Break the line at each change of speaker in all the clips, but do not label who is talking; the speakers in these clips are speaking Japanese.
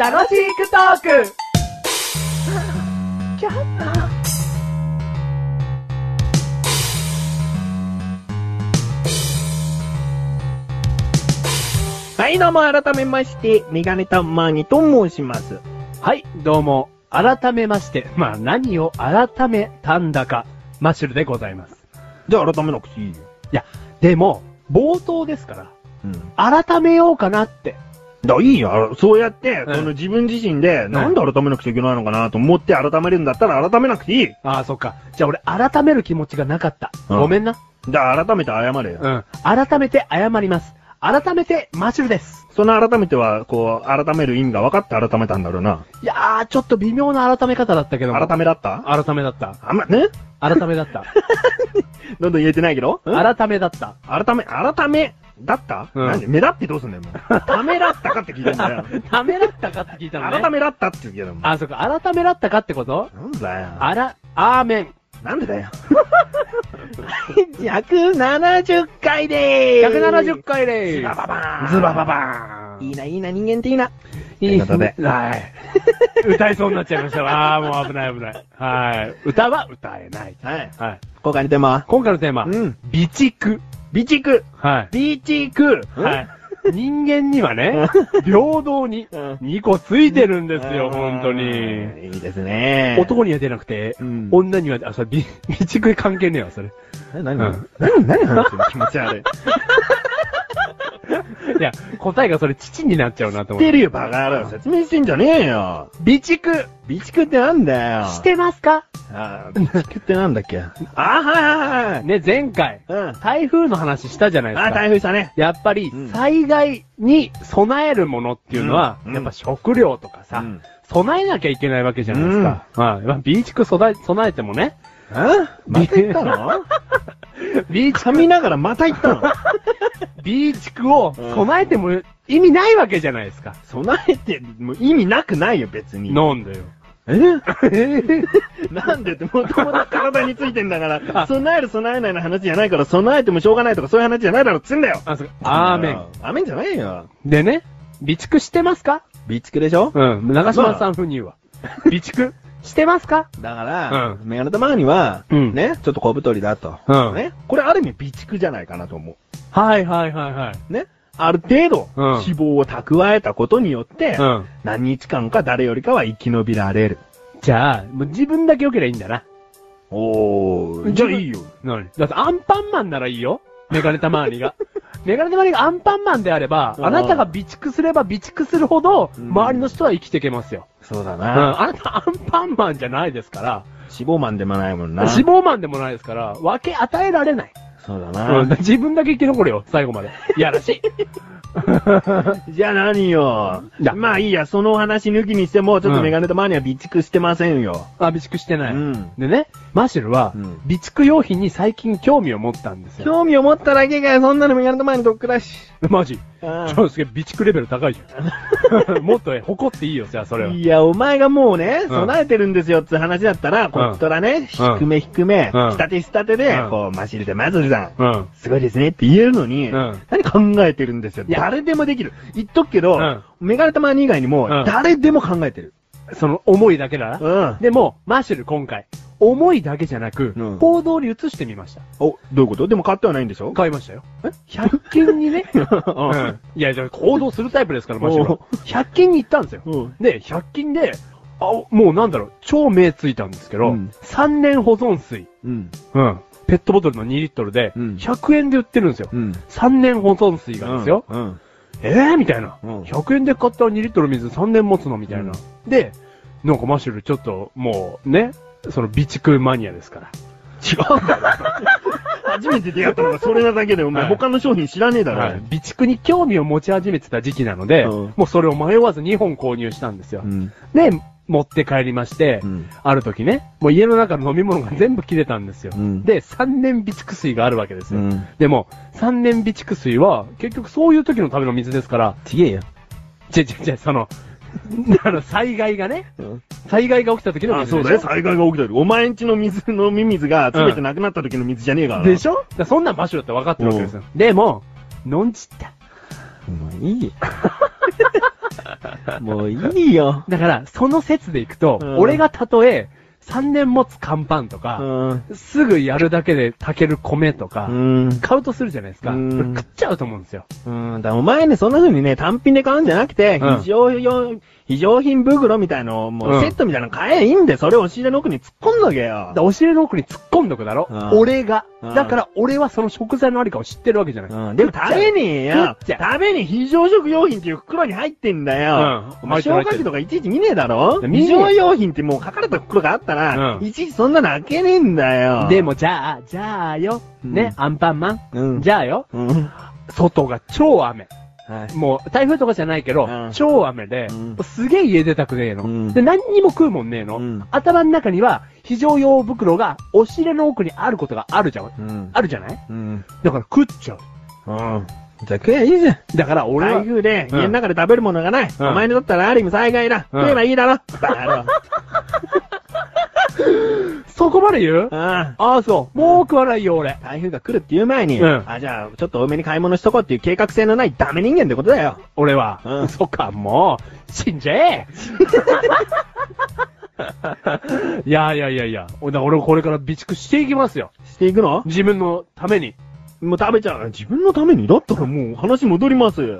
楽しくトーク
はい、どうも、改めまして、メガネタマーニと申します。
はい、どうも、改めまして、まあ何を改めたんだか、マッシュルでございます。
じゃあ、改めなくていいよ。
でも、冒頭ですか
うん。
ら、改めようかなって。
だ、いいよ。そうやって、
うん
その自分自身で、なんで改めなくちゃいけないのかなと思って改めるんだったら改めなくていい。
ああ、そっか。じゃあ俺、改める気持ちがなかった。
うん
ごめんな。
だ、改めて謝れよ。
うん。改めて謝ります。改めて、マッシュルです。
その改めては、こう、改める意味が分かって改めたんだろうな。
いやー、ちょっと微妙な改め方だったけども。
改めだった
改めだった。
あんま、ね
改めだ った。
どんどん言えてないけどあら
改めだった。
改め、改め、だった、
うん
なんで目立ってどうすんだよ、もう。ためらったかって聞いて んだよ。
ためらったかって聞いたのね。
改めらったって言うけど、もう
あ、そっか。改めらったかってこと
なんだよ。
あら、アーメン。
なんでだよ。170回でーす。
170回で
ズバ
ー
ババーン。
ズバババーン
いいな、いいな、人間っていいな。
す。
ということで
はい。歌いそうになっちゃいましたわ。あーもう危ない危ない。はい。歌は歌えない。
はい。
はい。
今回のテーマは
今回のテーマ。
うん。
備蓄。
備蓄。
はい。
備蓄。
はい。人間には ね、平等に
うん
2個ついてるん
い。
ですよ、本当に。。
いいですね。
男には出なくて
う、ん。
女には、あ、それ、備 備蓄関係ねえわ、それ。
え何
うん
何何話 してる気持ち悪い。
いや、答えがそれ、父になっちゃうなと
知
思
っ
って
て。るよ、バカ野郎。説明してんじゃねえよ。
備蓄
備蓄ってなんだよ。
してますか
あー備蓄ってなんだっけ。あー、はいはいはい。
ね、前回、
うん。
台風の話したじゃないです
あー、
か。
台風したね。
やっぱり
うん
災害に備えるものっていうのは、
うん
やっぱ食料とかさ、
うん
備えなきゃいけないわけじゃないですか。まあ、まあ、備蓄備え、備えてもね、
あまた行った の
備蓄、
噛みながらまた行ったの
備蓄を備えても意味ないわけじゃないですか。
備えて、もう意味なくないよ、別に。
なんだよ。
え なんでって、もともと体についてんだから、
あ
備える備えないの話じゃないから、備えてもしょうがないとかそういう話じゃないだろっつうんだよ
あ、そうアーメン。。
アーメンじゃないよ。
でね、備蓄してますか
備蓄でしょ
うん、長島さん風に言うわ。備蓄してますか
だから、
う
メガネたまには、
うん
ね、ちょっと小太りだと。
うん
ね、これある意味備蓄じゃないかなと思
はいはいはいはい。
う。ね。ある程度、
うん
脂肪を蓄えたことによって、
うん。
何日間か誰よりかは生き延びられる。
じゃあ、もう自分だけ良ければいいんだな。
おー、じゃあいいよ。
何だってアンパンマンならいいよ。メガネたまわり が。メガネたまわりがアンパンマンであれば、
うん
あなたが備蓄すれば備蓄するほど、
うん
周りの人は生きていけますよ。
そうだ
うん。
な。
あなたアンパンマンじゃないですから、
脂肪マンでもないもんな。
脂肪マンでもないですから、分け与えられない。
そうだ
うん。
な。
自分だけ生き残るよ、最後まで。いやらしい。
じゃあ何よ
いや。
まあいいや、そのお話抜きにしても、ちょっ
う
と
ん
メガネとマーニは備蓄してませんよ。
あ、備蓄して
う
ない。
ん。
でね、マシュルは、
うん
備蓄用品に最近興味を持ったんですよ。
興味を持っただけかよ、そんなのメガネとマーニとっくらし。
マジ
あ
そうすげえ、備蓄レベル高いじゃ ん。もっとえ誇っていいよ、じゃあ、それは。
いや、お前がもうね、
ん
備えてるんですよって話だったら、こっからね、低め低め、
うん
仕立て仕立てで
う、ん
こう、マシルでマズルさん、
うん。
すごいですねって言えるのに、
うん
何考えてるんですよ。
いや
誰でもできる。言っとくけど、
うん
メガネタマーニ以外にも
うん、
誰でも考えてる。
その思いだけなら、
うん。
でも、マッシュル今回、思いだけじゃなく、
うん
行動に移してみました。
お、どういうことでも買ってはないんでしょ
買いましたよ。え ?100 均にね。
う
うんん。いや、じゃあ行動するタイプですから、マッシュルは
お。
100均に行ったんですよ。
うん。
で、100均で、あ、もうなんだろう、超目ついたんですけど、
うん
3年保存水、
うん。
うん。ペットボトルの2リットルで、
うん
100円で売ってるんですよ。
うん。
3年保存水がですよ。
うん。
えーみたいな。
うん
100円で買った2リットル水3年持つのみたいな。で、なんかマッシュルちょっともうね、その備蓄マニアですから。
違うんだろ。初めて出会ったのがそれなだけで、お前
はい
他の商品知らねえだ
はい
ろ。
備蓄に興味を持ち始めてた時期なので、
うん
もうそれを迷わず2本購入したんですよ。
ん。
で、持って帰りまして、
うん
ある時ね、もう家の中の飲み物が全部切れたんですよ。
うん
で、3年備蓄水があるわけですよ。
うん
でも、3年備蓄水は結局そういう時のための水ですから、
ちげえよ。
ちょちょちょ、その、あの、災害がね、災害が起きた時の
あ、
水
そう
でし
だ
ょ
よ。災害が起きてる。お前んちの水、飲み水が全てなくなった時の水じゃねえからな。
でしょだからそんな場所だって分かってるわけですよ。でも、のんちった。
もう いい。もういいよ。
だから、その説でいくと、
うん
俺がたとえ、3年持つ乾パンと
う
か、
ん。
すぐやるだけで炊ける米とか、
うん。
買うとするじゃないですか。
うん
俺食っちゃうと思うんですよ。
うん。だからお前ね、そんな風にね、単品で買うんじゃなくて、
うん
非常用、非常品袋みたいのを、も
うん
うセットみたいなの買えいいんで、それを押し入れの奥に突っ込んどけよ
だか。らお尻の奥に突っ込んどくだろ、
うん
俺が。
うん
だから俺はその食材のありかを知ってるわけじゃない。
うん。でも食べねえよ。
食っちゃ
食べねえ非常食用品っていう袋に入ってんだよ。
うん
お前消火器とかいちいち見ねえだろ
見ねえ
非常用品ってもう書かれた袋があったら、
うん
いちいちそんなの開けねえんだよ。
で、もじゃあ、じゃあよ。ね、アンパンマン。
うん。
じゃあよ。
うん。は
外が超雨。
い。
もう、台風とかじゃないけど、
うん
超雨で、
うん
もうすげえ家出たくねえの。
うん
で、何にも食うもんねえの。
うん
頭の中には、非常用袋が、押し入れの奥にあることがあるじゃん。
うん。
あるじゃない
うん。
だから食っちゃう。
うん。じゃあ食えばいいじゃん。
だから俺は
台、風で
うん
家の中で食べるものがない。
うん
お前にとったらある意味災害だ。
うん
食えばいいだろ。バカ野郎。
そこまで言う
うん
ああ、そう。もう食わないよ、俺。
台風が来るっていう前に、
うん
あ、じゃあ、ちょっと多めに買い物しとこうっていう計画性のないダメ人間ってことだよ。
俺は。
うん
そっか、もう、死んじゃ えいやいやいやいや、だから俺これから備蓄していきますよ。
していくの
自分のために。
もう食べちゃう。自分のためにだったらもう話戻り ます。メ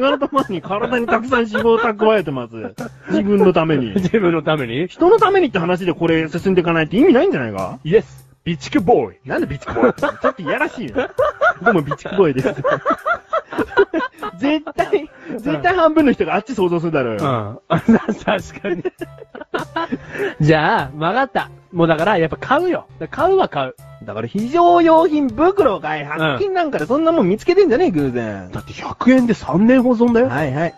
ガネたまに体にたくさん脂肪を蓄えてます。自分のために。
自分のために
人のためにって話でこれ進んでいかないって意味ないんじゃないか
イエス備蓄ボーイ
なんで備蓄ボーイちょっといやらしいな。僕も備蓄ボーイ です。絶対、絶対半分の人があっち想像するだろうよ。
ん。 確かに。 じゃあ、曲がった。もうだから、やっぱ買うよ。だから買うは買う。
だから非常用品袋かい。
ん
発金なんかでそんなもん見つけてんじゃねえ、偶然。
だって100円で3年保存だよ。
はい はい。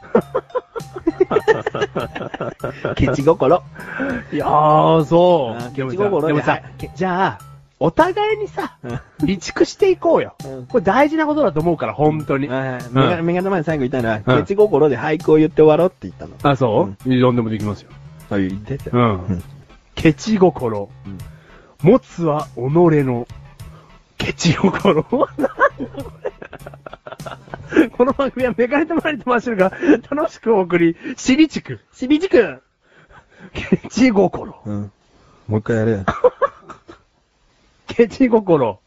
ケチ心。
いやー、そ
あー
う。でも
ケチ心
さ、
で
でもさ
は、
じゃあ、お互いにさ、
うん
備蓄していこうよ。
うん
これ大事なことだと思うから、本当に。
はいはいメガ
う
メガネ前に最後言ったのは、
うん
ケチ心で俳句を言って終わろうって言ったの。
あ、そう、何でもできますよ。
はい、言ってた
う
よ。
ん。ケチ心
うん。
持つは己のケチ 心。この番組はメガネとマリとマッシュルが楽しくお送り、しびちく。
しびじく
ケチ心。
うん。もう一回やれよ。
ケチ心。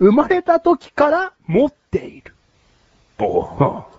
生まれた時から持っている。
ボー。
はあ